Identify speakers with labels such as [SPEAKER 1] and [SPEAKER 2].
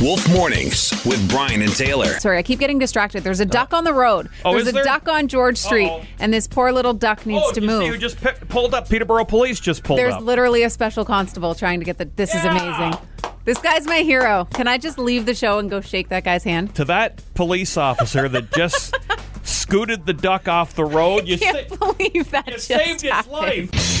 [SPEAKER 1] Wolf Mornings with Brian and Taylor.
[SPEAKER 2] Sorry, I keep getting distracted. There's a duck on the road.
[SPEAKER 3] Oh,
[SPEAKER 2] There's
[SPEAKER 3] is
[SPEAKER 2] a
[SPEAKER 3] there?
[SPEAKER 2] duck on George Street,
[SPEAKER 3] Uh-oh.
[SPEAKER 2] and this poor little duck needs
[SPEAKER 3] oh,
[SPEAKER 2] to
[SPEAKER 3] you see who
[SPEAKER 2] move.
[SPEAKER 3] just pi- pulled up. Peterborough Police just pulled
[SPEAKER 2] There's
[SPEAKER 3] up.
[SPEAKER 2] literally a special constable trying to get the. This is amazing. This guy's my hero. Can I just leave the show and go shake that guy's hand?
[SPEAKER 3] to that police officer that just scooted the duck off the road. You,
[SPEAKER 2] Can't
[SPEAKER 3] sa-
[SPEAKER 2] believe that
[SPEAKER 3] you
[SPEAKER 2] just
[SPEAKER 3] saved its
[SPEAKER 2] happened.
[SPEAKER 3] life.